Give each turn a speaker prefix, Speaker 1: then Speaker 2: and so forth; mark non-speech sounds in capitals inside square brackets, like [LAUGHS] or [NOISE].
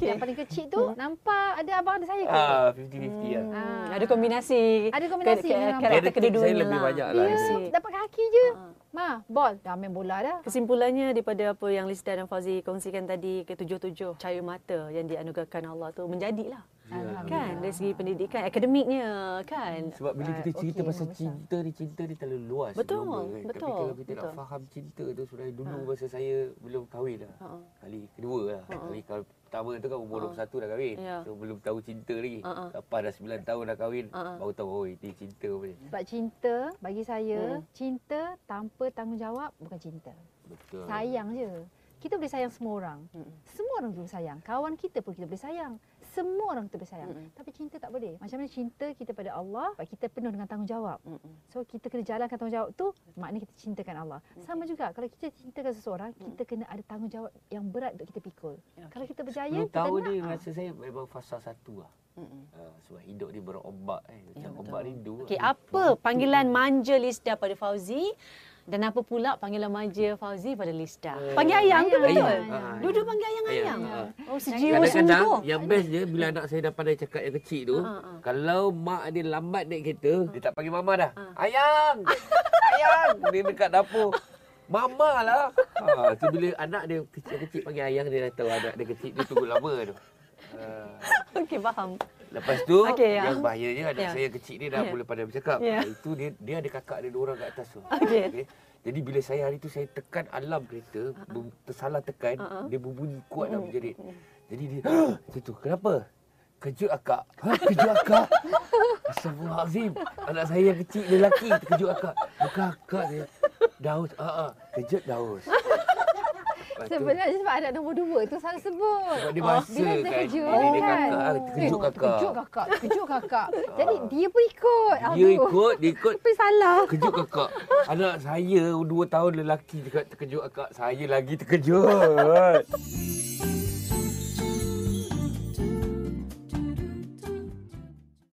Speaker 1: Yang paling kecil tu
Speaker 2: Hmm.
Speaker 1: nampak ada abang ada saya ke?
Speaker 3: Ah,
Speaker 2: [LAUGHS]
Speaker 3: 50-50 lah.
Speaker 1: Ah.
Speaker 2: Ada kombinasi.
Speaker 1: Ada kombinasi
Speaker 2: ke- ke-
Speaker 1: memang.
Speaker 2: karakter
Speaker 3: Parenting
Speaker 2: kedua-duanya
Speaker 3: saya lebih
Speaker 2: lah.
Speaker 3: banyak
Speaker 1: Ya,
Speaker 3: lah.
Speaker 2: Kombinasi.
Speaker 1: dapat kaki je.
Speaker 2: Ah.
Speaker 1: Ma, bol. Dah main bola dah.
Speaker 2: Kesimpulannya daripada apa yang Lisda dan Fauzi kongsikan tadi ketujuh-tujuh cahaya mata yang dianugerahkan Allah tu menjadilah
Speaker 3: Ya,
Speaker 2: kan dari segi pendidikan akademiknya kan
Speaker 3: Sebab bila kita
Speaker 1: Alright,
Speaker 3: cerita
Speaker 1: okey,
Speaker 3: pasal
Speaker 1: membesar.
Speaker 3: cinta ni, cinta ni terlalu luas.
Speaker 2: Betul,
Speaker 3: global Tapi
Speaker 2: betul,
Speaker 3: kalau kita nak
Speaker 2: betul. Ah.
Speaker 3: faham cinta tu sebenarnya dulu masa saya belum kahwin lah.
Speaker 2: Ha.
Speaker 3: Kali kedua lah. Kali kahwin pertama tu kan umur 21 dah kahwin.
Speaker 2: Ah, Ya.
Speaker 3: So belum tahu cinta lagi.
Speaker 2: Ha, ha.
Speaker 3: Lepas dah 9 tahun dah kahwin,
Speaker 2: Ha, ha.
Speaker 3: baru tahu oh ini cinta punya.
Speaker 1: Sebab cinta bagi saya,
Speaker 2: Hmm.
Speaker 1: cinta tanpa tanggungjawab bukan cinta.
Speaker 3: Betul.
Speaker 1: Sayang je. Kita boleh sayang semua orang.
Speaker 2: Mm-mm.
Speaker 1: Semua orang boleh sayang. Kawan kita pun kita boleh sayang. Semua orang kita boleh sayang.
Speaker 2: Mm-mm.
Speaker 1: Tapi cinta tak boleh. Macam mana cinta kita pada Allah, sebab kita penuh dengan tanggungjawab.
Speaker 2: Mm-mm.
Speaker 1: So kita kena jalankan tanggungjawab tu, maknanya kita cintakan Allah. Sama juga kalau kita cintakan seseorang, kita kena ada tanggungjawab yang berat untuk kita pikul. Kalau kita berjaya,
Speaker 3: 10
Speaker 1: kita
Speaker 3: tahun
Speaker 1: nak.
Speaker 3: ni
Speaker 1: ah.
Speaker 3: masa saya memang fasa satu lah.
Speaker 2: Mm-mm.
Speaker 3: Ha, sebab hidup ni berombak eh. Macam ombak rindu.
Speaker 2: Ya, Okey,
Speaker 3: lah.
Speaker 2: apa panggilan manja Lisda pada Fauzi dan apa pula panggilan manja Fauzi pada Lisda?
Speaker 3: Eh,
Speaker 2: Panggil ayang tu
Speaker 1: ayang.
Speaker 2: betul.
Speaker 1: Ayang.
Speaker 3: Ah,
Speaker 2: Dua-dua panggil ayang-ayang.
Speaker 3: Ayang,
Speaker 2: Oh, sejiwa
Speaker 3: Kadang-kadang
Speaker 2: sungguh.
Speaker 3: yang best je bila anak saya dah pandai cakap yang kecil tu,
Speaker 2: Ha, ha.
Speaker 3: kalau mak dia lambat naik kereta, dia tak panggil mama dah. Ayang! ayang! Dia dekat dapur. Mama lah. Ha, tu bila anak dia kecil-kecil panggil ayang, dia dah tahu anak dia kecil, dia tunggu lama tu. Ha,
Speaker 2: Okey, faham.
Speaker 3: lepas tu,
Speaker 2: Okey, ya.
Speaker 3: yang bahayanya anak
Speaker 2: Ya.
Speaker 3: saya kecil ni dah
Speaker 2: Ya.
Speaker 3: mula pandai bercakap.
Speaker 2: Ya.
Speaker 3: Itu dia dia ada kakak dia dua orang kat atas tu.
Speaker 2: Okey.
Speaker 3: Okey. Jadi bila saya hari tu saya tekan alam kereta, uh tersalah tekan, dia berbunyi kuat
Speaker 2: Oh,
Speaker 3: dan berjerit. Jadi dia macam tu. Kenapa? Kejut akak. Ha, kejut
Speaker 2: [LAUGHS]
Speaker 3: akak? Astagfirullahalazim. Anak saya yang kecil dia lelaki terkejut akak. Bukan akak dia. Daus. Ha ah, kejut
Speaker 2: [LAUGHS]
Speaker 3: daus. Lepas tu,
Speaker 1: Sebenarnya sebab anak nombor dua tu salah sebut.
Speaker 3: Sebab dia bahasa
Speaker 1: Bila dia
Speaker 3: kan.
Speaker 1: kerja
Speaker 3: Bila dia
Speaker 1: kan.
Speaker 3: kakak, terkejut kakak.
Speaker 1: Terkejut kakak. Terkejut kakak. Jadi dia pun ikut.
Speaker 3: dia ikut, dia ikut
Speaker 1: Tapi salah.
Speaker 3: Kejut kakak. Anak saya 2 tahun lelaki juga terkejut kakak. Saya lagi terkejut.